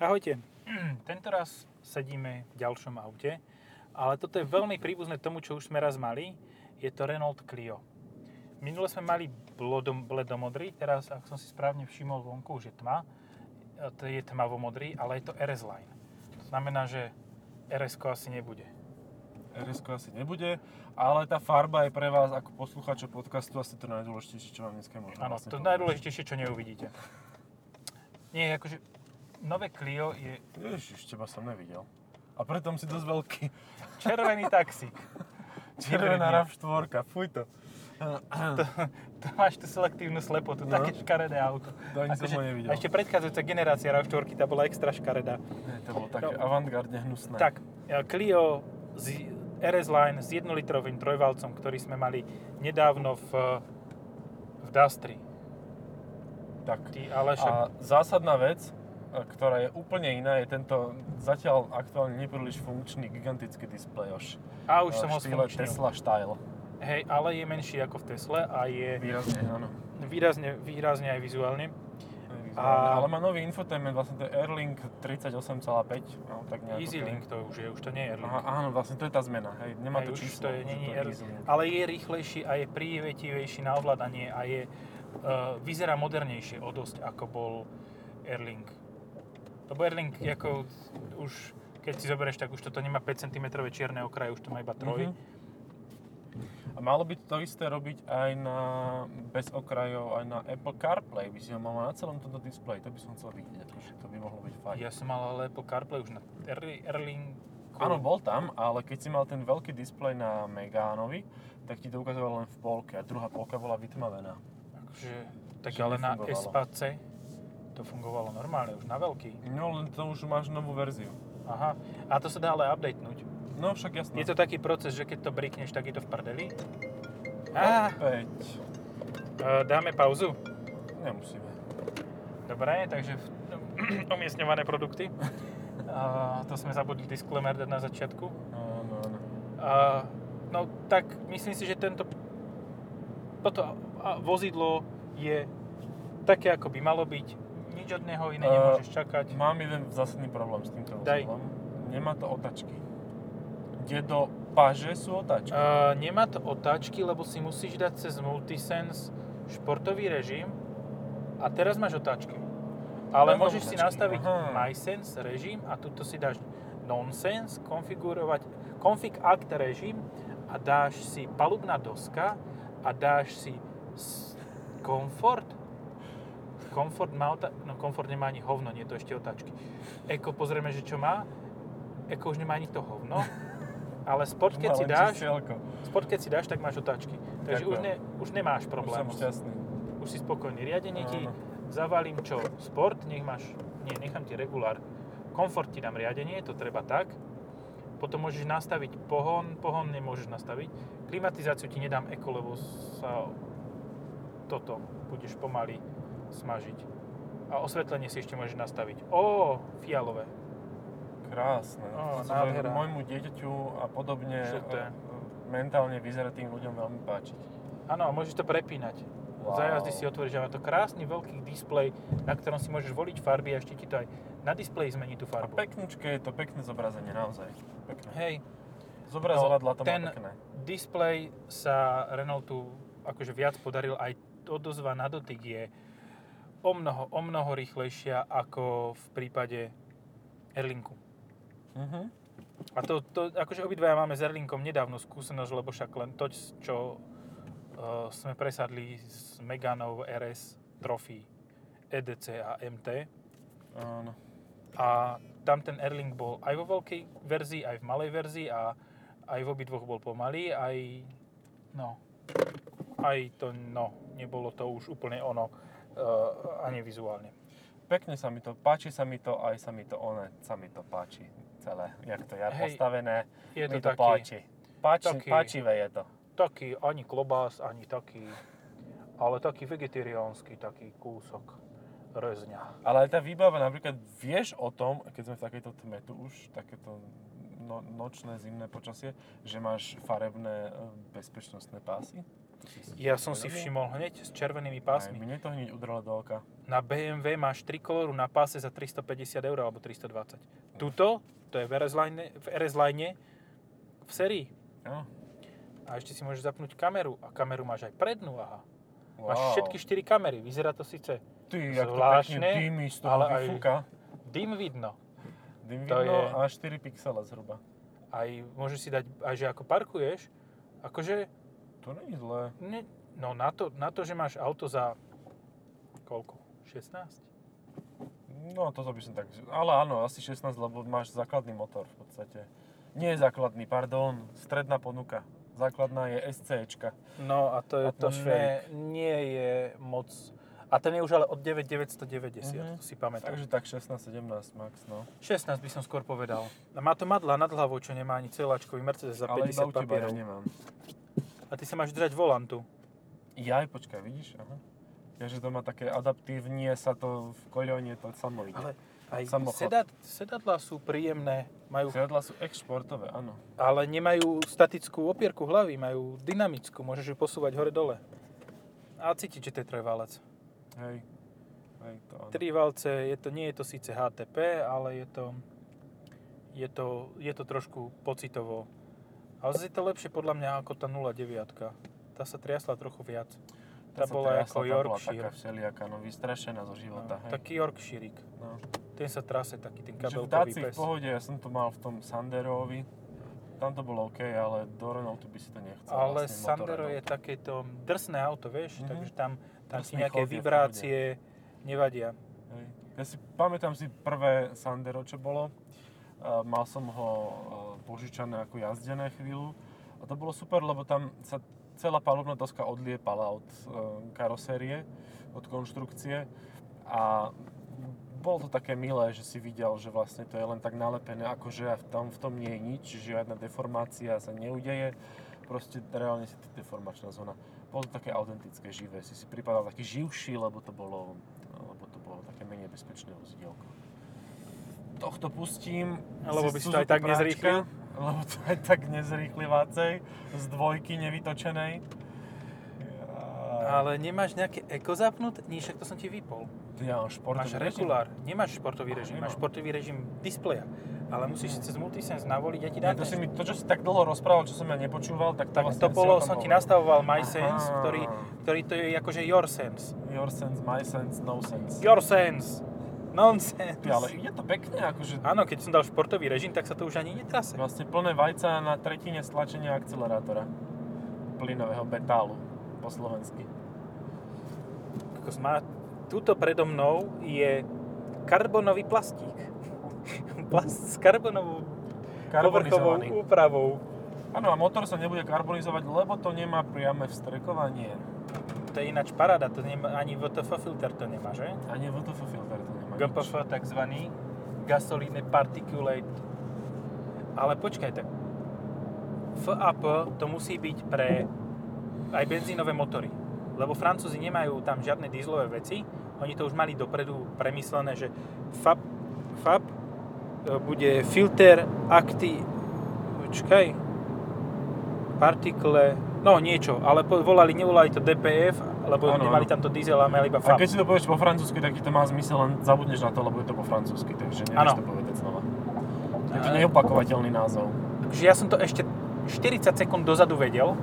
Ahojte. Tento raz sedíme v ďalšom aute, ale toto je veľmi príbuzné tomu, čo už sme raz mali. Je to Renault Clio. Minule sme mali blodom, bledomodrý, teraz, ak som si správne všimol vonku, už je tma. E, To je tmavomodrý, ale je to RS Line. To znamená, že rs asi nebude. rs asi nebude, ale tá farba je pre vás ako poslucháčov podcastu asi to najdôležitejšie, čo vám dneska môžeme Áno, vlastne to povedať. najdôležitejšie, čo neuvidíte. Nie, akože nové Clio je Ježiš, teba som nevidel. A preto si dosť veľký. červený taxík. Červená Hybridný. RAV4, fuj to. To máš tú selektívnu slepotu, No. také škaredé auto. To ani som ho nevidel. Akože a ešte predchádzajúca generácia RAV4, tá bola extra škaredá. Nie, to bolo No. také avantgardne hnusné. Tak, e, Clio z RS Line s jednolitrovým trojvalcom, ktorý sme mali nedávno v, v Dastri. tak. Ty, ale však, A zásadná vec, e, ktorá je úplne iná, je tento zatiaľ aktuálne nepríliš funkčný gigantický displej už. a, už som ho sfunkčnil. e, Tesla Style. Hej, ale je menší ako v Tesle a je Výrazne, áno. výrazne, výrazne aj vizuálne. A- A... Ale má nový infotainment, vlastne to je Airlink 38,5. No, tak nejako to je. Easylink to už je, už to nie je Aha, Airlink. áno, vlastne to je tá zmena. Hej, nemá Hej, to už číslo. to je, že není to Air- Easylink. ale je rýchlejší a je prívetivejší na ovládanie a je, uh, vyzerá modernejšie o dosť, ako bol Airlink. Lebo Airlink, ako už, keď si zoberieš, tak už toto nemá 5 cm čierne okraje, už to má iba 3. Mhm. A malo by to isté robiť aj na, bez okrajov, aj na Apple CarPlay, by si ho mal na celom tomto displeji, to by som chcel vidieť, akože to by mohlo byť fajn. Ja som mal ale Apple CarPlay už na Air- Airlinku. Áno, bol tam, ale keď si mal ten veľký displej na Megánovi, tak ti to ukazovalo len v polke a druhá polka bola vytmavená. Akože, tak Že ale na nefungovalo. SPC to fungovalo normálne, už na veľký. No len to už máš novú verziu. Aha, a to sa dá ale updatenúť. No však jasné. Je to taký proces, že keď to brikneš, tak je to v prdeli. Á, Opäť. e, dáme pauzu. Nemusíme. Dobre, takže v- umiestňované produkty. A, to sme zabudli disclaimer dať na začiatku. No, Áno, áno. A, no tak myslím si, že tento, toto a- a- vozidlo je také, ako by malo byť. Nič od neho iné Eh, nemôžeš čakať. Mám jeden zásadný problém s týmto Daj. vozidlom. Nemá to otačky. Dedo, paže sú otačky. A, nemá to otáčky, lebo si musíš dať cez Multisense športový režim a teraz máš otáčky. Ale Áno, môžeš si otáčky, nastaviť aha. MySense režim a tuto si dáš Nonsense, konfigurovať Config Act režim a dáš si palubná doska a dáš si s- komfort. Komfort má ota- no komfort nemá ani hovno, nie je to ešte otáčky. Eko pozrieme, že čo má. Eko už nemá ani to hovno. Ale sport, keď Má si len dáš, čísielko. Sport, keď si dáš, tak máš otáčky. Takže Ďakujem. už, ne, už nemáš Už problém. som šťastný. Už si spokojný. Riadenie ti Áno. zavalím čo? Sport, nech máš... Nie, nechám ti regulár. Komfort ti dám riadenie, to treba tak. Potom môžeš nastaviť pohon, pohon nemôžeš nastaviť. Klimatizáciu ti nedám eko, lebo sa toto budeš pomaly smažiť. A osvetlenie si ešte môžeš nastaviť. Ó, fialové. Krásne. Á, To sa bude nádhera. môjmu dieťaťu a podobne Žlté. e, mentálne vyzerá tým ľuďom veľmi páčiť. Áno, a môžeš to prepínať. Wow. Za jazdy si otvoríš a má to krásny veľký displej, na ktorom si môžeš voliť farby a ešte ti to aj na displeji zmení tú A farbu. peknúčke je to pekné zobrazenie, naozaj. Pekné. Hej, Zobrazovadla to no, ten- má pekné. displej sa Renaultu akože viac podaril, aj odozva na dotyk je o mnoho, o mnoho rýchlejšia ako v prípade Erlinku. Mhm. A to, to akože obidvaja máme s Erlinkom nedávno skúsenosť, lebo však len to, čo uh, sme presadli s Meganov RS Trophy EDC E a MT, Áno. A tam ten Erling bol aj vo veľkej verzii, aj v malej verzii a aj v obidvoch bol pomalý, aj no, aj to no, nebolo to už úplne ono, uh, ani vizuálne. Pekne sa mi to, páči sa mi to, aj sa mi to one, sa mi to páči celé, jak to je Hej, postavené, Je mi to, to taký, páči. Páči, taký- páčivé je to. taký, ani klobás, ani taký, ale taký vegetariánsky, taký kúsok rezňa. Ale aj tá výbava, napríklad vieš o tom, keď sme v takejto tme tu už, takéto no, nočné, zimné počasie, že máš farebné e, bezpečnostné pásy? To si Ja som si uvedomil? všimol hneď s červenými Aj pásmi. mne to hneď udrelo do oka. Na BMW máš trikoloru na páse za 350 eur alebo 320. Tuto, to je v RS Line, v, RS Line, v sérii. Áno. A ešte si môžeš zapnúť kameru. A kameru máš aj prednú, aha. Wow. Máš všetky 4 kamery. Vyzerá to síce Ty, jak to zvláštne, pekne dýmy z toho ale ale aj- vyfúka. dym vidno. Dým to vidno je- a 4 pixele zhruba. Aj môžeš si dať, aj že ako parkuješ, akože, To není zlé. ne, no na to, na to, že máš auto za koľko? 16? No, toto by som tak... Ale áno, asi 16, lebo máš základný motor v podstate. Nie je základný, pardon, stredná ponuka. Základná je SCčka. No a to je to ne, Atmosférik. nie je moc... A ten je už ale od 9990, Mhm. to si pamätám. Takže tak 16-17 max, no. 16 by som skôr povedal. A má to madla nad hlavou, čo nemá ani celáčkový Mercedes za ale iba 50 u teba ja papierov. nemám. a ty sa máš držať volantu. Jaj, počkaj, vidíš? Aha. Ja, že to má také adaptívne, sa to v koľone to samo ide. Ale aj Samochod. sedad, sedadla sú príjemné, majú, Sedadla sú exportové, áno. ale nemajú statickú opierku hlavy, majú dynamickú, môžeš ju posúvať hore-dole. A cítiš, že to je trojvalec. Hej. Hej, to áno. Tri valce, je to, nie je to síce HTP, ale je to, je to, je to trošku pocitovo. Ale zase je to lepšie podľa mňa ako tá 09. Tá sa triasla trochu viac. Tá, sa bola trasla, ako Tá bola Yorkshire. taká všelijaká, no vystrašená zo No, života, hej. taký Yorkshireík. No. Ten sa trase taký, ten Že v kabelkový Daci v pes. pohode, ja som to mal v tom Sanderovi. Tam to bolo OK, ale do Renaultu by si to nechcel. Ale vlastne Sandero motor je Renault. takéto drsné auto, vieš, Mhm. takže tam, tam ti Drsný nejaké chod je v pohode. vibrácie nevadia. Hej. Ja si pamätám si prvé Sandero, čo bolo. Uh, mal som ho uh, požičané ako jazdené chvíľu. A to bolo super, lebo tam sa celá palubná doska odliepala od uh, karosérie, od konštrukcie. A bolo to také milé, že si videl, že vlastne to je len tak nalepené, akože v tom, v tom nie je nič, žiadna deformácia sa neudeje. Proste reálne si to deformačná zóna. Bolo to také autentické, živé. Si si pripadal taký živší, lebo to bolo, lebo to bolo také menej bezpečné vozidielko. Tohto pustím. Lebo by si si to Suzuki aj tak práčka, nezrýchlil. Lebo to aj tak nezrýchli vácej z dvojky nevytočenej. Ja, Ale nemáš nejaké eko zapnúť? Nie, však to som ti vypol. ja mám športový Máš režim. regulár, nemáš športový režim, Nemám. máš športový režim displeja, ale musíš si cez multisense navoliť, ja ti Ja, dám to, si ten- mi, to, čo si tak dlho rozprával, čo som ja nepočúval, tak to tak vlastne to si bolo, o tom som ti hovoril. nastavoval MySense, Aha. ktorý, ktorý to je akože your sense. Your sense, my sense, no sense. Your sense, nonsense. Ty, ale ide to pekne, akože Áno, keď som dal športový režim, tak sa to už ani netrase. vlastne plné vajca na tretine stlačenia akcelerátora. Plynového betálu, po slovensky. Kokos, Má, tuto predo mnou je karbonový plastík. Plast s karbonovou povrchovou Karbonizovaný. úpravou. Áno, a motor sa nebude karbonizovať, lebo to nemá priame vstrekovanie. To je ináč paráda, to nemá, ani VTF filter to nemá, že? Ani VTF filter to nemá. nič. GPF takzvaný, gasoline particulate. Ale počkajte, FAP to musí byť pre aj benzínové motory. Lebo Francúzi nemajú tam žiadne dízlové veci, oni to už mali dopredu premyslené, že FAP, FAP e, bude filter akti... Počkaj. Partikle... No niečo, ale po- volali, nevolali to DPF, lebo Áno, nemali áno. tam to diesel a mali iba A FAP. keď si to povieš po francúzsky, tak ti to má zmysel, len zabudneš na to, lebo je to po francúzsky, takže Áno. nevieš to povedať znova. Je to A- neopakovateľný názov. Takže ja som to ešte 40 sekúnd dozadu vedel,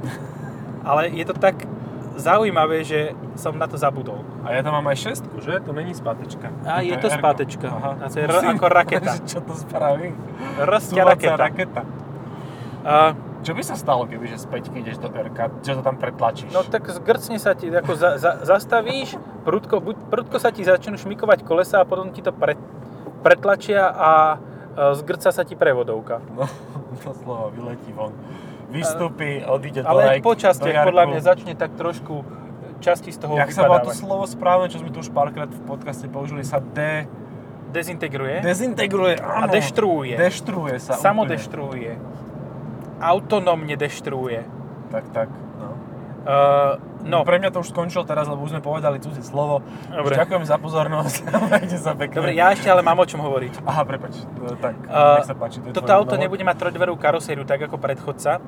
ale je to tak zaujímavé, že som na to zabudol. A ja tam mám aj šestku, že? To není spátečka. A je to R-ko. spátečka. A to je R ako raketa. Čo to spraví? Rastia Súvacia raketa. raketa. A, Čo by sa stalo, keby že späť ideš do r že to tam pretlačíš? no tak zgrcne sa ti, ako za, za, zastavíš, prudko, buď, prudko sa ti začnú šmikovať kolesa a potom ti to pre, pretlačia a e, zgrca sa ti prevodovka. no doslova vyletí von. Vystúpi, odíde do Ale aj rajky, po častiach do podľa jarku. mňa začne tak trošku časti z toho Jak sa volá vypadávať. to slovo správne, čo sme tu už párkrát v podcaste použili, sa de... Dezintegruje. Dezintegruje, áno. deštruuje. Deštruuje sa. Samo úplne. deštruuje. Autonómne deštruuje. Tak, tak. No. Uh, no, Pre mňa to už skončilo teraz, lebo už sme povedali cudzie slovo. Dobre. Už ďakujem za pozornosť. Majte sa pekne. dobre, ja ešte ale mám o čom hovoriť. Aha, prepač. No, tak, Uh, nech sa páči. To je Toto tvoj auto monolog. nebude mať trojdverú karosériu, tak ako predchodca,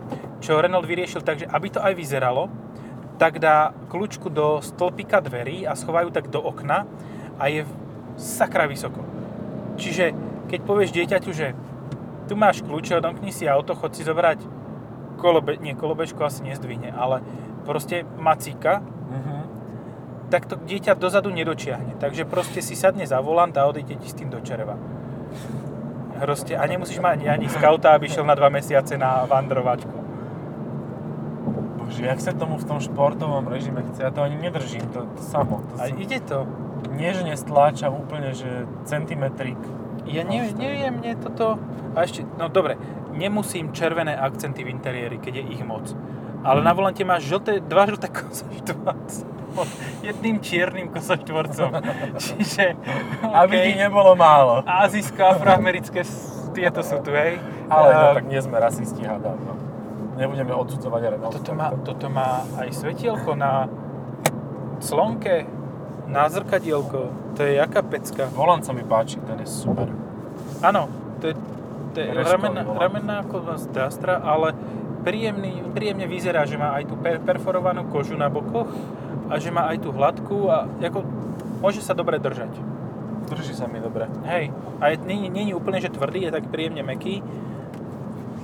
čo Renault vyriešil tak, že aby to aj vyzeralo, tak dá kľúčku do stĺpika dverí a schovajú tak do okna a a je v- sakra vysoko. Čiže keď povieš dieťaťu, že tu máš kľúče, odomkni si auto, chod si zobrať kolobe, nie, kolobežku asi nezdvihne, ale proste macíka, Mhm. tak to dieťa dozadu nedočiahne. Takže proste si sadne za volant a odejde ti s tým do červa. Proste, a nemusíš mať ani skauta, aby šiel na dva mesiace na vandrovačku. Bože, jak sa tomu v tom športovom režime chce, ja to ani nedržím, to, to samo. To A si, ide to. nie, že nestláčam úplne, že centimetrik. Ja neviem, Proste. neviem, mne toto... A ešte, no dobre, nemusím červené akcenty v interiéri, keď je ich moc. Ale na volante máš žlté, dva žlté kosoštvorce. Pod jedným čiernym kosoštvorcom. Čiže... Aby okej. ti nebolo málo. Azijsko-afroamerické s- tieto sú tu, hej. Ale no, Ehm, tak nie sme rasisti, hádam. No. Nebudeme odsudzovať Renault. Toto má, toto má aj svetielko na slonke, na zrkadielko. To je jaká pecka. Volant sa mi páči, ten je super. Áno, to je, to je Reskový ramená, volant. ramená ako z Dastra, ale príjemný, príjemne vyzerá, že má aj tú per, perforovanú kožu na bokoch a že má aj tú hladkú a ako, môže sa dobre držať. Drží sa mi dobre. Hej, a je, není, není úplne, že tvrdý, je tak príjemne meký.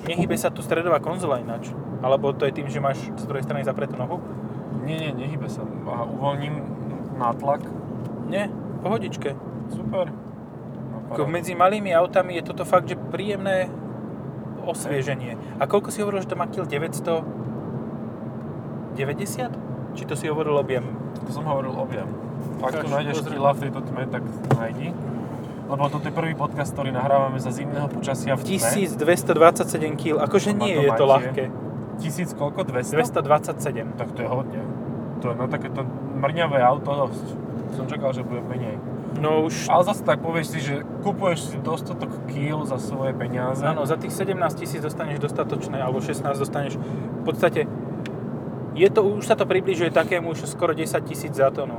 Nehybe sa tu stredová konzola ináč. Alebo to je tým, že máš z druhej strany zapretú nohu. Nie, nie, nehybe sa. Aha, uvoľním nátlak. Nie, pohodičke. Super. No, Ako paráda. medzi malými autami je toto fakt, že príjemné osvieženie. A koľko si hovoril, že to má kil 990? Či to si hovoril objem? To som hovoril objem. Ak tu Ukáž, nájdeš pozri. kila v tejto tme, tak nájdi. Lebo toto je prvý podcast, ktorý nahrávame za zimného počasia v tme. 1227 kg. Akože To má nie to je to máte. ľahké. Tisíc koľko? 200? 227. Tak to je hodne. To je na takéto mrňavé auto dosť. Som čakal, že bude menej. No už... Ale zase tak povieš si, že kupuješ si dostatok kýl za svoje peniaze. Áno, za tých 17 tisíc dostaneš dostatočné, alebo 16 dostaneš... V podstate... Je to, už sa to približuje takému, že skoro 10 tisíc za no. tonu.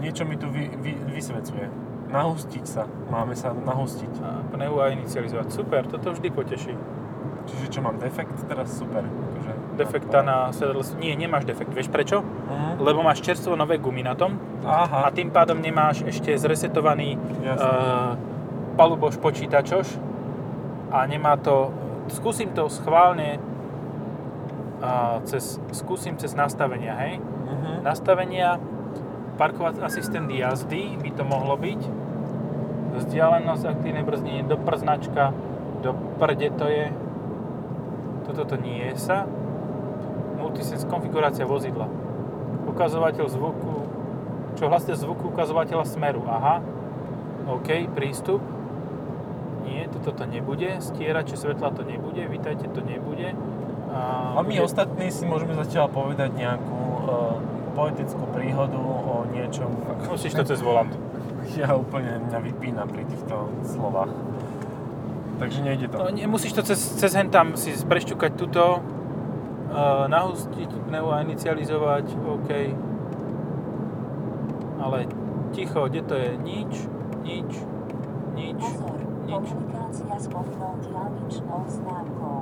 Niečo mi tu vy, vy, vysvecuje. Nahustiť sa. Máme sa nahustiť. A pneu a inicializovať. Super, toto vždy poteší. Čiže čo mám, defekt teraz? Super. Akože, defekta na sedadle. Nie, nemáš defekt. Vieš prečo? Mhm. Lebo máš čerstvo nové gumy na tom Aha, a tým pádom nemáš ešte zresetovaný jasne. uh, paluboš počítačoš a nemá to... Skúsim to schválne uh, cez, skúsim cez nastavenia, hej? Mhm. Nastavenia, parkovací asistent jazdy by to mohlo byť. Vzdialenosť aktívnej brzdiny do prznačka, do prde to je. Toto to nie je sa. Multisense konfigurácia vozidla. Ukazovateľ zvuku, čo hlasne zvuku ukazovateľa smeru. Aha. OK, prístup. Nie, toto to nebude. Stierače svetla to nebude. Vítajte, to nebude. A my bude- ostatní si môžeme zatiaľ povedať nejakú eh, poetickú príhodu o niečom. Musíš to cez volant. Ja úplne mňa vypína pri týchto slovách. Takže nejde to. No, nie, musíš to cez, cez hen tam si prešťukať tuto, uh, nahustiť pneu a inicializovať, OK. Ale ticho, kde to je? Nič, nič, nič. Pozor, nič. komunikácia s povinnou diálničnou známkou.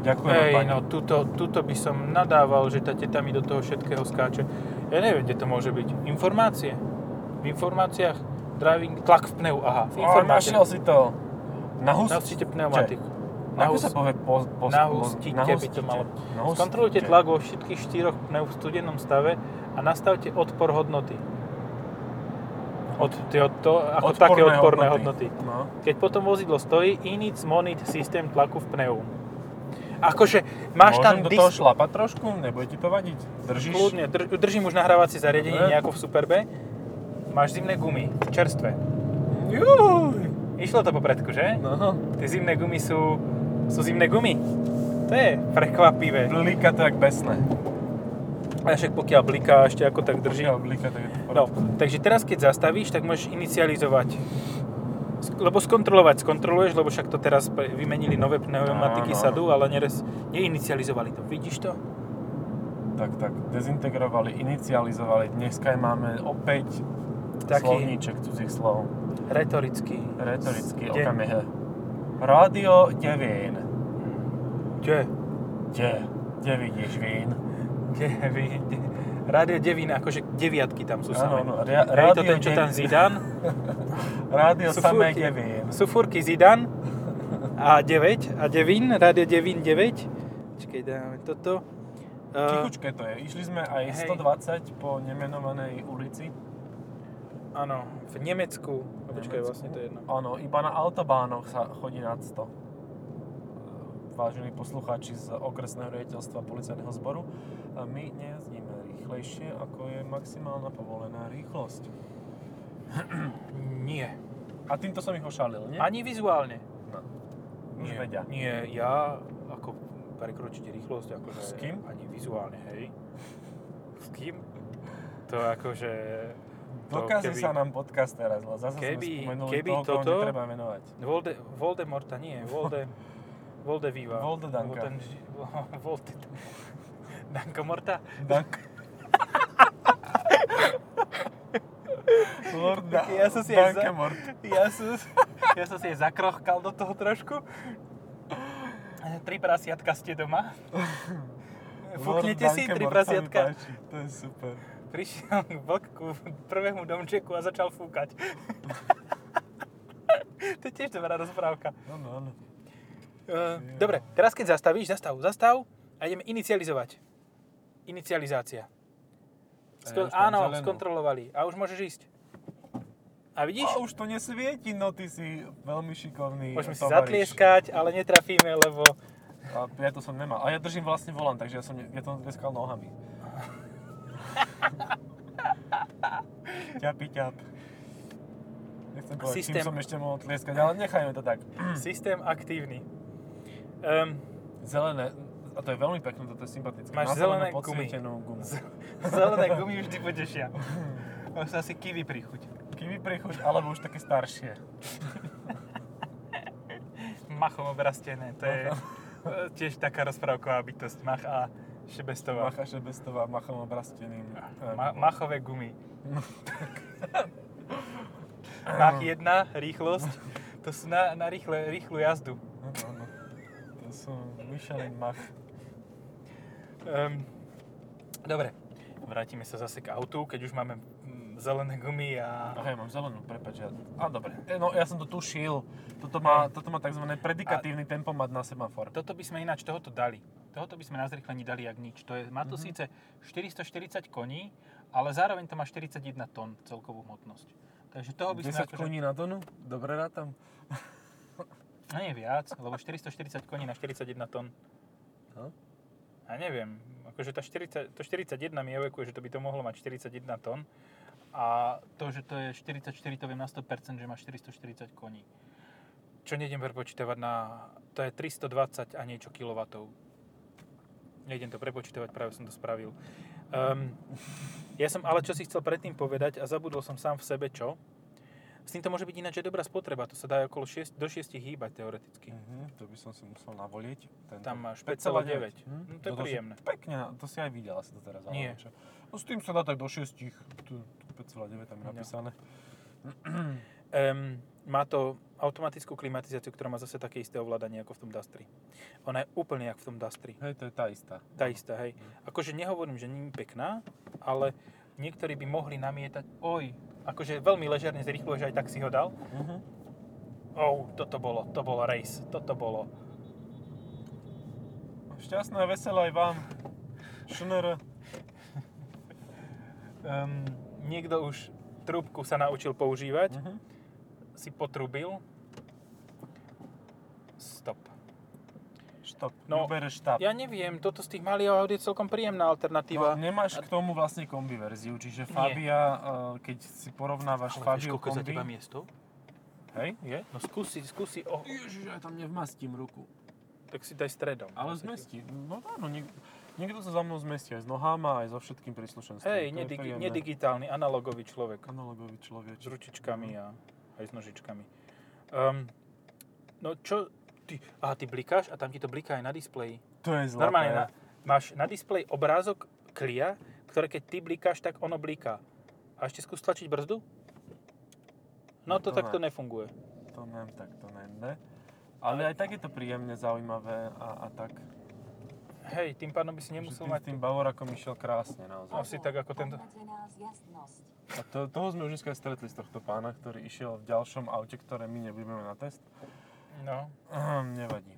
Ďakujem Hej, pani. no tuto, tuto by som nadával, že tá teta mi do toho všetkého skáče. Ja neviem, kde to môže byť. Informácie. V informáciách driving, tlak v pneu, aha. V A, našiel informáciách. si to. Nahustite. Nahustite pneumatiku. Ako Nahust- sa povie po, po, Nahustite by to malo. No, Skontrolujte tlak vo všetkých štyroch pneu v studenom stave a nastavte odpor hodnoty. Od, to, to, ako také odporné hodnoty. No. Keď potom vozidlo stojí, inic monit systém tlaku v pneu. Akože máš Môžem tam do dis- toho šlapať trošku? Nebude ti to vadiť? Držíš? Kľudne, drž, držím už nahrávacie zariadenie Dobre. nejako v Superbe. Máš zimné gumy, čerstvé. Juj. Išlo to po predku, že? No. Tie zimné gumy sú, sú zimné gumy. To je prekvapivé. Blíka to jak besné. A však pokiaľ bliká, ešte ako tak drží. Pokiaľ blíka, tak je to v No, poriadku. takže teraz keď zastavíš, tak môžeš inicializovať. Sk- Lebo skontrolovať skontroluješ, lebo však to teraz pre- vymenili nové pneumatiky Áno. sadu, ale neres, neinicializovali to. Vidíš to? No. Tak, tak, dezintegrovali, inicializovali. Dneska máme opäť Taký- slovníček cudzích slov. Retoricky. Retoricky, Kde? okamih. Rádio devín. Kde? Kde? Kde vidíš vín? Kde? vy- kde- Rádio 9, akože deviatky tam sú samé. Áno, áno, ria- Hej, to rádio ten, čo tam devi- Zidane. Rádio Sú samé furky. neviem. Sú furky Zidane a 9, a 9, Rádio 9, 9. Čakaj, dáme toto. Uh, Tichučké to je. Išli sme aj Hej. 120 po nemenovanej ulici. Eh, áno, v Nemecku. Počkaj, vlastne to je jedno. Áno, iba na autobánoch sa chodí nad 100. E, Vážení poslucháči z okresného riaditeľstva policajného zboru, e, my nejazdíme rýchlejšie, ako je maximálna povolená rýchlosť. Nie. A týmto som ich ošalil, nie? Ani vizuálne. No. Už vedia. nie, ja ako prekročiť rýchlosť, akože S kým? ani vizuálne, hej. S kým? To akože... to Dokáže keby- sa nám podcast teraz, lebo zase Keby- sme spomenuli keby toho, koho toto- netreba menovať. Volde, Voldemorta nie, Volde... Volde Viva. Volde Danka. Volde... Danko Morta? Dank. Lorda. Ja som si aj za- Dankemort. Ja som, ja som si aj zakrochkal do toho trošku. Tri prasiatka ste doma. Fúknete Lord si tri Dankemort sa mi prasiatka. páči, To je super. Prišiel k vlku prvému domčeku a začal fúkať. to je tiež dobrá rozprávka. Áno, áno. Uh, dobre, teraz keď zastavíš, zastav, zastav a ideme inicializovať. Inicializácia. Skon- už mám áno, zelenú. skontrolovali. A už môžeš ísť. A vidíš? A už to nesvieti, no ty si veľmi šikovný. Môžeme si tovaríš. zatlieskať, ale netrafíme, lebo... A ja to som nemal. A ja držím vlastne volant, takže ja som ja to tlieskal nohami. ťapi, ťap. Nechcem povedať, Systém. čím som ešte mohol tlieskať, ale nechajme to tak. Systém aktívny. Um, Zelené, a to je veľmi pekné, toto je sympatické. Máš Má zelenú zelené gumy. podsvietenú gumu. zelené gumy vždy potešia. Už sa asi kiwi prichuť. Kiwi prechuť, alebo už také staršie. Machom obrastené, to je eh, tiež taká rozprávková bytosť. Mach a šebestová. Macha šebestová, machom obrasteným. Ma- machové gumy. Mach 1, rýchlosť. To sú na, na rýchle, rýchlu jazdu. Áno, áno. To sú Michelin mach. Um, dobre, vrátime sa zase k autu, keď už máme mm, zelené gumy a... Aha, ja mám zelenú, prepáč. Ja... A dobre, E, no ja som to tušil. Toto má, toto má tzv. predikatívny tempomat na semafor. Toto by sme ináč tohoto dali. Tohoto by sme na zrýchlení dali jak nič. To je, má to síce 440 koní, ale zároveň to má 41 tón celkovú hmotnosť. Takže toho by sme akože 10 koní na tonu? Dobre rátam? No nie viac, lebo 440 koní na 41 tón. No. Ja neviem, akože tá 40, to 41 mi evokuje, že to by to mohlo mať 41 tón. A to, že to je 44, to viem na 100%, že má 440 koní. Čo nejdem prepočítavať na... To je 320 a niečo kilovatov. Nejdem to prepočítavať, práve som to spravil. Um, ja som ale čo si chcel predtým povedať a zabudol som sám v sebe čo. S týmto môže byť ináč aj dobrá spotreba, to sa dá aj okolo 6, do 6 hýbať teoreticky. Mhm, to by som si musel navolieť. Tento. Tam máš 5,9. 5,9. Hm? No to je Toto si príjemné. Pekne, to si aj videla si to teraz. alebo Nie. čo? No s tým sa dá tak do 6, tu 5,9 tam je No. napísané. Um, má to automatickú klimatizáciu, ktorá má zase také isté ovládanie ako v tom Dastri. Ona je úplne jak v tom Dastri. Hej, to je tá istá. Tá istá, hej. Akože nehovorím, že nie je pekná, ale niektorí by mohli namietať, oj, akože veľmi ležerne zrýchlo, že aj tak si ho dal. Mhm. Oh, toto bolo, to bolo race, toto bolo. Šťastné a veselé aj vám. Šnr. Um, niekto už trúbku sa naučil používať, Mhm. si potrubil. Stop. Štop. No, Uber štap. Ja neviem, toto z tých malých aut je celkom príjemná alternatíva. No, nemáš k tomu vlastne kombi verziu, čiže Fabia, e, keď si Ale porovnávaš vieš, Fabiu koľko za kombi, teba miesto? hej, je? No skúsi, skúsi, o, Ježiš, ja tam nevmastím ruku. tak si daj stredom. Ale zmestí, no áno, niek- niekto sa za mnou zmestí aj s nohama, aj so všetkým príslušenstvom. Hej, To je nedigi- príjemné. nedigitálny, analogový človek. Analogový človek. S ručičkami a aj s nožičkami. Um, no čo, ty, aha, ty blikáš a tam ti to bliká aj na displeji. To je zlaté. Normálne, no. na, máš na displeji obrázok klia, ktoré keď ty blikáš, tak ono bliká. A ešte skús tlačiť brzdu? No to To takto ne. nefunguje. To nem, tak to nem, ne? Ale aj tak je to príjemne, zaujímavé a, a tak. Hej, tým pádom by si Že nemusel ty s mať... tým Bavorakom išiel krásne naozaj. Asi tak ako tento. Obmedzená zjazdnosť. A to, toho sme už dneska aj stretli z tohto pána, ktorý išiel v ďalšom aute, ktoré my nebudeme na test. No, Ehm, Nevadí.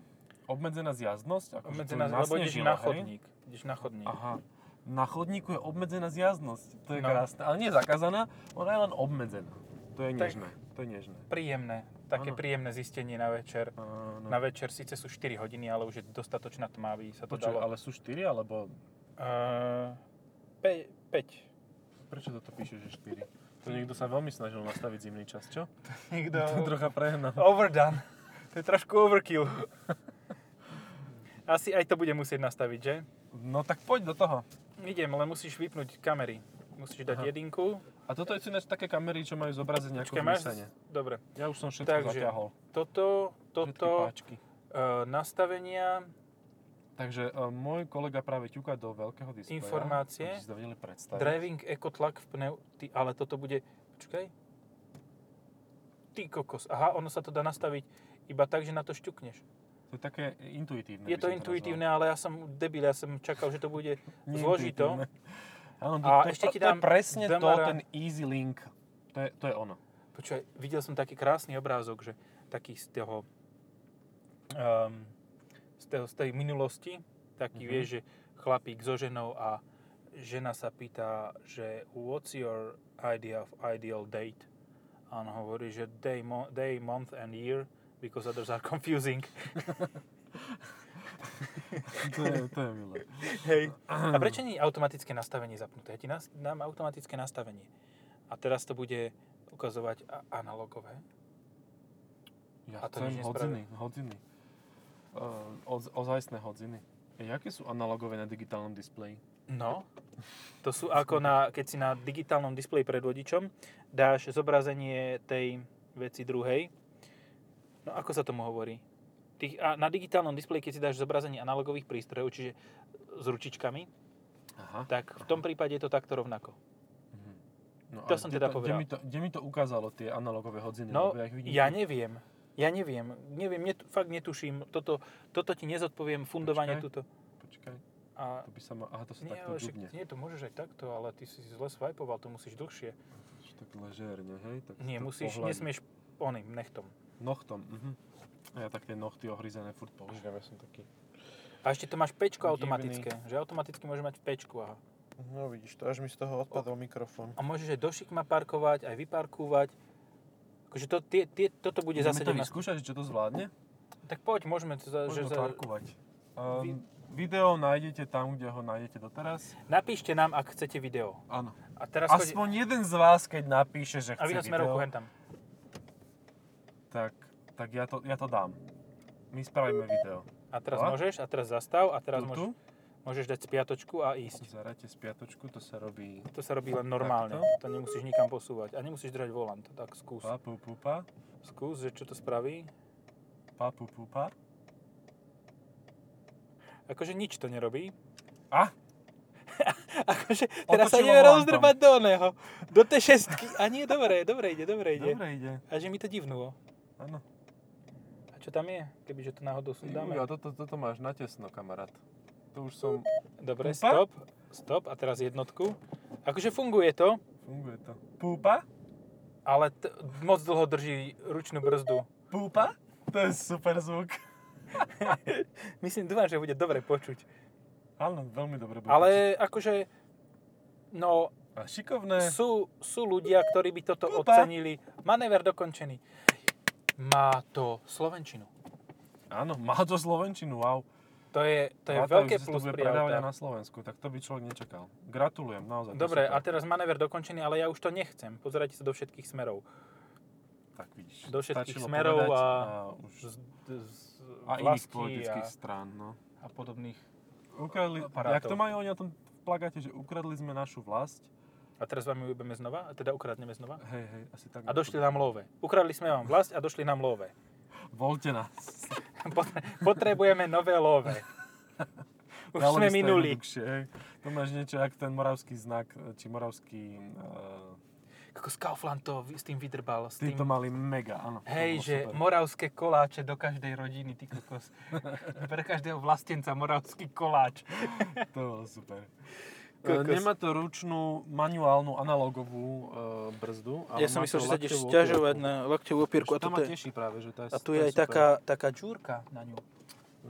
Obmedzená zjazdnosť? akože Ako obmedzená, lebo ideš na chodník. Ideš na chodník. vlastne Aha. Na chodníku je obmedzená zjazdnosť. To je No. krásne. Ale nie je zakázaná, ona je len obmedzená. To je Tak. nežné. To je nežné. Príjemné, také Áno. No. príjemné zistenie na večer. Áno. Na večer síce sú 4 hodiny, ale už je dostatočná tma, aby sa to Počuj, dalo. ale sú 4 alebo... Uh, 5. Prečo toto píše, že 4? To niekto sa veľmi snažil nastaviť zimný čas, čo? Niekto... To trocha prehnal. Overdone. To je trošku overkill. Asi aj to bude musieť nastaviť, že? No tak poď do toho. Idem, len musíš vypnúť kamery. Musíš dať Aha. jedinku. A toto je ináč také kamery, čo majú zobrazenie nejakú Počkaj, máš? vysenie. Dobre. Ja už som všetko Takže, zaťahol. Toto, Všetky toto, páčky. uh, nastavenia, Takže e, môj kolega práve ťuka do veľkého displeja. Informácie. Aby ste si to vedeli predstaviť. driving, eco, tlak v pneu, ty, ale toto bude, počkaj. Ty kokos. Aha, ono sa to dá nastaviť iba tak, že na to šťukneš. To je také intuitívne. Je by to som intuitívne, nazval. ale ja som debil, ja som čakal, že to bude Nie zložito. intuitívne. Áno, to, A ešte to, ešte ti ti dám- dám, to je presne dám to, ra- ten easy link. To je, to je ono. Počkaj, videl som taký krásny obrázok, že taký z toho, um, z, toho z tej minulosti, taký Mhm. mm-hmm. vieš, že chlapík so ženou a žena sa pýta, že what's your idea of ideal date? A on hovorí, že day, mo- day month and year, because others are confusing. To je, to je milé. Hej. A prečo nie je automatické nastavenie zapnuté? Ja ti nas- dám automatické nastavenie. A teraz to bude ukazovať a- analogové. Ja A to chcem nič hodziny, hodziny. E, oz, ozajstné hodziny. E, jaké sú analogové na digitálnom displeji? No, to sú ako na, keď si na digitálnom displeji pred vodičom dáš zobrazenie tej veci druhej. No ako sa tomu hovorí? Tých, a na digitálnom displeji, keď si dáš zobrazenie analogových prístrojov, čiže s ručičkami, Aha. tak v tom prípade je to takto rovnako. Mhm. No, To ale som kde teda Kde povedal. mi, to, kde mi to ukázalo tie analogové hodziny? No, Lebo ich vidím ja tu. neviem. Ja neviem. Neviem, net, fakt netuším. Toto, toto ti nezodpoviem fundovanie Počkaj. tuto. Počkaj, A to by sa ma... Aha, to sa nie, takto ale však, džubne. nie, to môžeš aj takto, ale ty si zle swipeoval, to musíš dlhšie. Čo Tak ležérne, hej? Tak Nie, to musíš, pohľadí. nesmieš oným, nechtom. Nochtom, mhm. A ja tak tie nochty ohryzené furt používam, ja som taký... A ešte to máš pečko Divný. automatické, že automaticky môže mať pečku. Aha. No vidíš, to až mi z toho odpadol mikrofón. A môžeš aj do šikma parkovať, aj vyparkovať. Akože to, tie, tie, toto bude za Budeme to 17. vyskúšať, čo to zvládne? Tak poď, môžeme to za, že Môžeme za... parkovať. Vy- Um, video nájdete tam, kde ho nájdete doteraz. Napíšte nám, ak chcete video. Áno. A teraz chodí... Aspoň jeden z vás, keď napíše, že A chce vyhľad smerovku video, hen tam. tak, tak ja, to, ja to dám. My spravíme video. A teraz A? môžeš, a teraz zastav, a teraz tu, môžeš, môžeš dať spiatočku a ísť. tu, zaráte spiatočku, to sa robí To sa robí len normálne. To Takto? nemusíš nikam posúvať. A nemusíš držať volant. Tak skús. pa, pu, pu, pa, Skús, že čo to spraví. pa, pu, pu, pa. Akože nič to nerobí. A? akože teraz sa Otočilo ideme volantom. rozdrbať do oného. Do tej šestky. A nie, dobre, dobre ide, dobre ide. Dobre ide, A že mi to divnulo. áno. A čo tam je? Kebyže to náhodou sú dáme. Jujo, toto, toto máš natesno, kamarát. To už som... Dobre, Púpa? stop. Stop. A teraz jednotku. Akože funguje to, Funguje to. Púpa? ale t- moc dlho drží ručnú brzdu. Púpa? To je super zvuk. Myslím, dúfam, že bude dobre počuť. Áno, no, veľmi dobre bude. Ale akože... No, A šikovné. sú, sú ľudia, ktorí by toto Púpa. ocenili. Manéver dokončený. Má to Slovenčinu. Áno, má to Slovenčinu, wow. To je, to je Má veľké že sa to plus bude pri predávať aj autách. na Slovensku, tak to by človek nečakal. Gratulujem, naozaj. to je Dobre, super. a teraz manéver dokončený, ale ja už to nechcem. Pozerajte sa do všetkých smerov. Tak vidíš. do všetkých stačilo smerov povedať a- A, už, Z, z, a iných vlasti a, politických strán, no. a podobných. Ukradli, aparátov. jak to majú oni na tom plagáte, že ukradli sme našu vlast. A teraz vám ju ujebeme znova, a teda ukradneme znova. Hej, hej, asi tak. A došli nám love. Ukradli sme vám vlast a došli nám love. Volte nás. Potre- Potrebujeme nové love. Už Dalo sme by sa minuli. jednoduchšie, hej. To máš niečo ako ten moravský znak, či moravský... eh, Ako z Kaufland to vy- s tým vydrbal. S Tí tým, to mali mega, áno. to hej, bolo že super. moravské koláče do každej rodiny, ty kokos. Pre každého vlastenca moravský koláč. To bolo super. Kokos. E, Nemá to ručnú manuálnu analogovú e, brzdu. Ale ja som má myslel, to že sa ideš lakťovú sťažovať opierku. na lakťovú opierku. A, Takže to toto ma je- teší práve, že tá, a tu je aj taká, taká žúrka na ňu.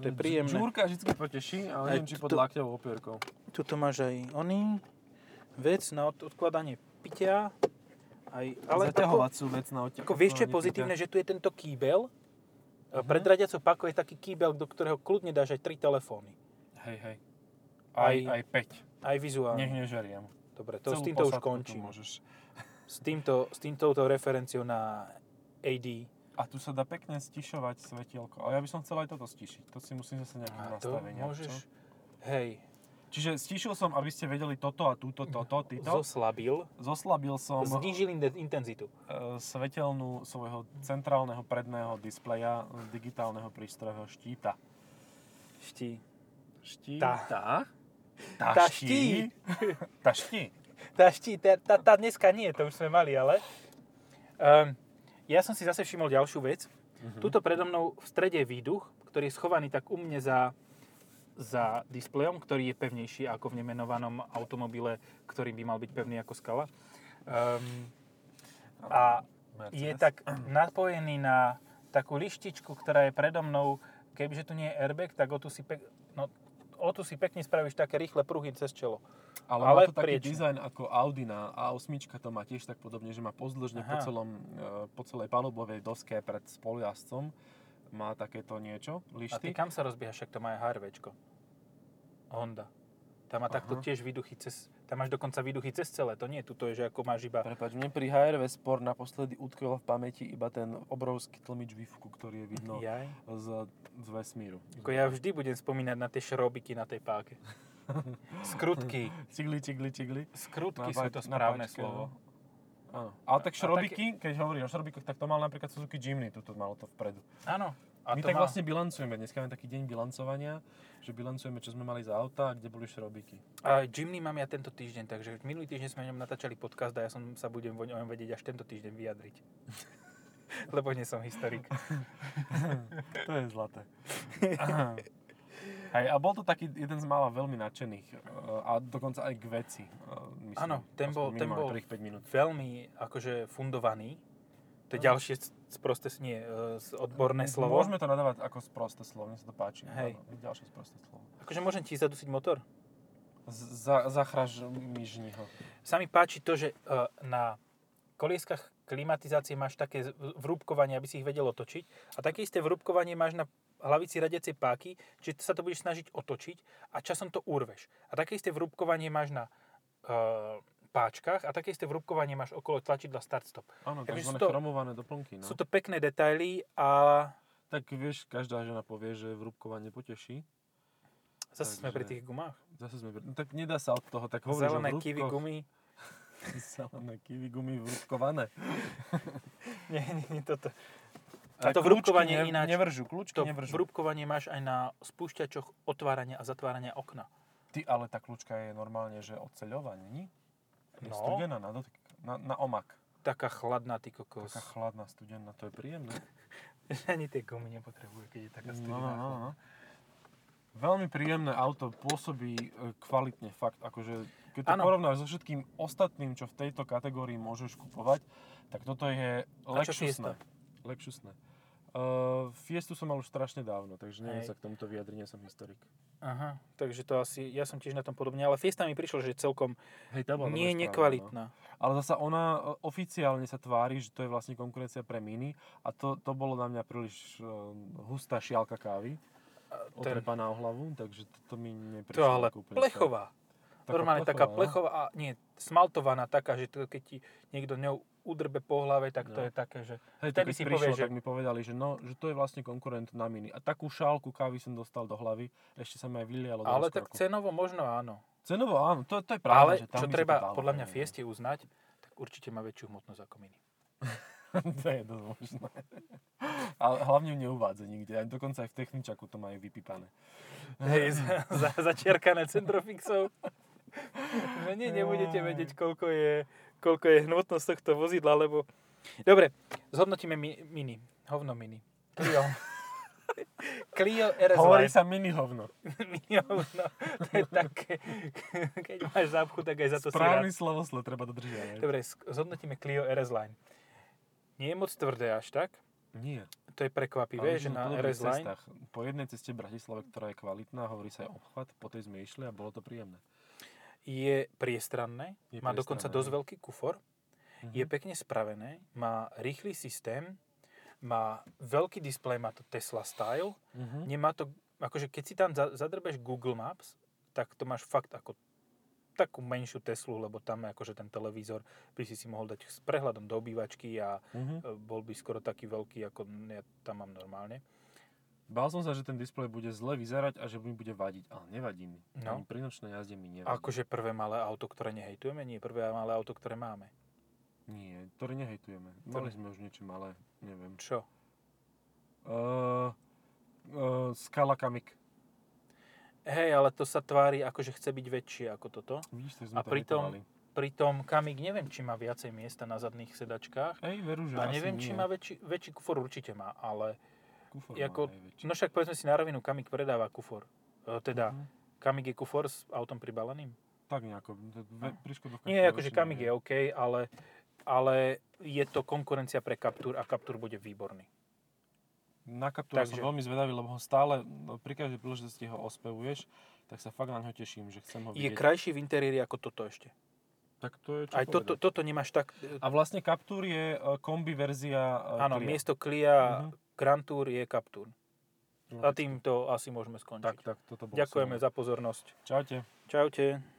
to je príjemné. Žúrka vždy poteší, ale Aj neviem, či pod to- lakťovou opierkou. Tuto máš aj oný vec na od- odkladanie pitia. Aj, ale ako, Zaťahovacú vec na odťahovanie. ako vieš, čo je pozitívne, že tu je tento kýbel. Uh-huh. Pred radiacou pakou je taký kýbel, do ktorého kľudne dáš aj tri telefóny. Hej, hej. Aj, Aj- aj, 5. Aj vizuálne. Nech nežeriem. Dobre, to s Celú týmto už posádku tu končím. môžeš. S, týmto, s týmtouto referenciou na AD. A tu sa dá pekne stišovať svetielko. Ale ja by som chcel aj toto stišiť. To si musím zase nejakým A to nastaveniam. môžeš... čo? Hej, Čiže stišil som, aby ste vedeli toto a túto, No. toto, títo. zoslabil, Zoslabil som znížil inde- intenzitu. e, svetelnú svojho centrálneho predného displeja e, digitálneho prístrojho štíta. Šti. Štíta? Tá, Tá ští. Tá ští. Tá šti, tá, tá, tá dneska nie, to už sme mali, ale... Um, ja som si zase všimol ďalšiu vec. Mhm. Tuto predo mnou v strede je výduch, ktorý je schovaný tak u mne za, za displejom, ktorý je pevnejší ako v nemenovanom automobile, ktorý by mal byť pevný ako skala. Um, a je Mercedes. tak napojený na takú lištičku, ktorá je predo mnou. Kebyže tu nie je airbag, tak o tu si, pek, no, o tu si pekne spravíš také rýchle pruhy cez čelo. Ale, Ale má to taký priečne. dizajn ako Audi na A8, to má tiež tak podobne, že má pozdĺžne po, Aha. celom, e, po celej palubovej doske pred spolujazdcom. Má takéto niečo, A ty lišty. kam sa rozbiehaš, však to má aj HRVčko. Honda. Tam má takto Aha. tiež výduchy cez... Tam máš dokonca výduchy cez celé, to nie. Tuto je, že ako máš iba... Prepač, mne pri HRV Sport naposledy utkvelo v pamäti iba ten obrovský tlmič výfuku, ktorý je vidno Jaj. z, z vesmíru. Ako ja vždy budem spomínať na tie šrobiky na tej páke. Skrutky. Cigli, cigli, cigli. Skrutky Na sú bajt- to na správne pačke, slovo. no. Áno. Ale tak A- a šrobiky, keď hovoríš o šrobikoch, tak to mal napríklad Suzuki Jimny, tuto malo to vpredu. Áno. A A My to tak má... vlastne bilancujeme, dneska máme taký deň bilancovania, že bilancujeme, čo sme mali za auta a kde boli šrobiky. A Jimny mám ja tento týždeň, takže minulý týždeň sme o ňom natáčali podcast a ja som sa budem o ňom vedieť až tento týždeň vyjadriť. Lebo nie som historik. To je zlaté. Hej, a bol to taký jeden z mála veľmi nadšených e, a dokonca aj k veci. e, myslím. Áno, ten Aspoň bol- ten minimálne bol- prvých 5 minút. Veľmi akože fundovaný. To je ďalšie sproste, nie, e, s- odborné slovo. Môžeme to nadávať ako sprosté slovo, mne sa to páči. Hej. Áno, Ďalšie sprosté slovo. Akože môžem ti zadusiť motor? Z- za- Zachraž mi žniho. Sa mi páči to, že e, na kolieskach klimatizácie máš také z- vrúbkovanie, aby si ich vedel otočiť. A také isté vrúbkovanie máš na hlavici radiacej páky, čiže sa to budeš snažiť otočiť a časom to urveš. A také isté vrúbkovanie máš na e, páčkach a také isté vrúbkovanie máš okolo tlačidla start-stop. Áno, Ja viem, sú takzvané to- chromované doplnky. No. Sú to pekné detaily a Tak vieš, každá žena povie, že vrúbkovanie poteší. zase sme Takže- pri tých gumách. Zase sme... pri- No, tak nedá sa od toho, tak hovoríš Zelené o vrúbkoch. kiwi gumy. Zelené kiwi gumy vrúbkované. Nie, nie, nie, toto. A to Kľúčky vrúbkovanie ne- ináč. Nevržu, kľúčky To nevržu. vrúbkovanie máš aj na spúšťačoch otvárania a zatvárania okna. Ty, ale tá kľúčka je normálne, že oceľová, není? Je No. studená na, dotyk, na, na omak. Taká chladná, ty kokos. Taká chladná, studená, to je príjemné. Ani tie gumy nepotrebuje, keď je No, taká studená. chladná. Veľmi príjemné auto, pôsobí e, kvalitne, fakt. Akože, keď to Áno. porovnáš so všetkým ostatným, čo v tejto kategórii môžeš kupovať, tak toto A je čo lexusné. Lexusné. Uh, Fiestu som mal už strašne dávno, takže neviem Hej. sa k tomuto vyjadriť, nie som historik. Aha, takže to asi, ja som tiež na tom podobne, ale Fiesta mi prišlo, že celkom Hej, tá bola dobre nie spravená, no. nekvalitná. Ale zasa ona e, oficiálne sa tvári, že to je vlastne konkurencia pre Mini a to, to bolo na mňa príliš e, hustá šialka kávy, Ten- otrepaná o hlavu, takže to, to mi to neprišlo. ale ako úplne plechová. fér. Normálne taká no. plechová a nie, smaltovaná taká, že to, keď ti niekto ňou udrbe po hlave, tak to je No. také, že... Hej, to vtedy keď si prišlo, povieš, že- tak mi povedali, že, no, že to je vlastne konkurent na Mini. A takú šálku kávy som dostal do hlavy, ešte sa mi aj vylialo do Ale tak rozkroku. cenovo možno áno. Cenovo áno, to, to je Práve, ale pravda, že tam čo by sa to treba dalo, podľa mňa hej, no. Fieste uznať, tak určite má väčšiu hmotnosť ako Mini. to je dosť možné. Ale hlavne ju neuvádza nikde, aj dokonca aj v techničaku to majú vypípané. Hej, za, za, začierkané centrofixov. Že nie, nebudete vedieť, koľko je, koľko je hmotnosť tohto vozidla, lebo... Dobre, zhodnotíme mi, mini. Hovno mini. Clio. Clio RS Hovorí Hovorí sa... sa mini hovno. mini hovno. To je také, keď máš zápchu, tak aj za to si rád. Správny slovosled treba dodržiavať. Dobre, sk- zhodnotíme Clio RS Line. Nie je moc tvrdé až tak. Nie. To je prekvapivé, Ale že sme na po dobrých RS Line... cestách. Po jednej ceste v Bratislave, ktorá je kvalitná, hovorí sa aj obchvat, po tej sme išli a bolo to príjemné. je priestranné, Je má dokonca priestranné, dosť hej. veľký kufor, je pekne spravené, má rýchly systém, má veľký displej, má to Tesla style, Mhm. nemá to, akože keď si tam za- zadrbeš Google Maps, tak to máš fakt ako takú menšiu Teslu, lebo tam je akože ten televízor by si si mohol dať s prehľadom do obývačky a Mhm. e, bol by skoro taký veľký, ako ja tam mám normálne. Bál som sa, že ten displej bude zle vyzerať a že mi bude vadiť, ale nevadí mi. No. Ani pri nočnej jazde mi nevadí. Akože prvé malé auto, ktoré nehejtujeme, nie prvé malé auto, ktoré máme. Nie, ktoré nehejtujeme. Mali sme už niečo malé, neviem. Čo? Uh, uh, Skala Kamik. Hej, ale to sa tvári, akože chce byť väčšie ako toto. Vidíš, to sme A to pritom, hejtovali. pritom Kamik neviem, či má viacej miesta na zadných sedačkách. Ej, veru, že A No, asi neviem, nie. či má väčší, väčší kufor, určite má, ale... Kufor ako- má najväčší. No však povedzme si na rovinu, Kamik predáva kufor. E, teda, Mhm. Kamik je kufor s autom pribaleným? Tak nejako. to- ve- Pri Škodovkách Nie, to akože väčšinou Kamik je. je OK, ale, ale je to konkurencia pre Captur a Captur bude výborný. Na Captura som Takže- veľmi zvedavý, lebo ho stále, no, pri každej príležitosti ho ospevuješ, tak sa fakt na ňo teším, že chcem Je ho No, vidieť. krajší v interiéri ako toto ešte. Tak to je čo Aj toto, povedať. toto nemáš tak... e, A vlastne Captur je e, kombi verzia e, Áno, Clia. miesto Clia, Mhm. Grand Tour je Captur. No, A týmto asi môžeme skončiť. Tak, tak, toto bolo Ďakujeme silné. za pozornosť. Čaute. Čaute.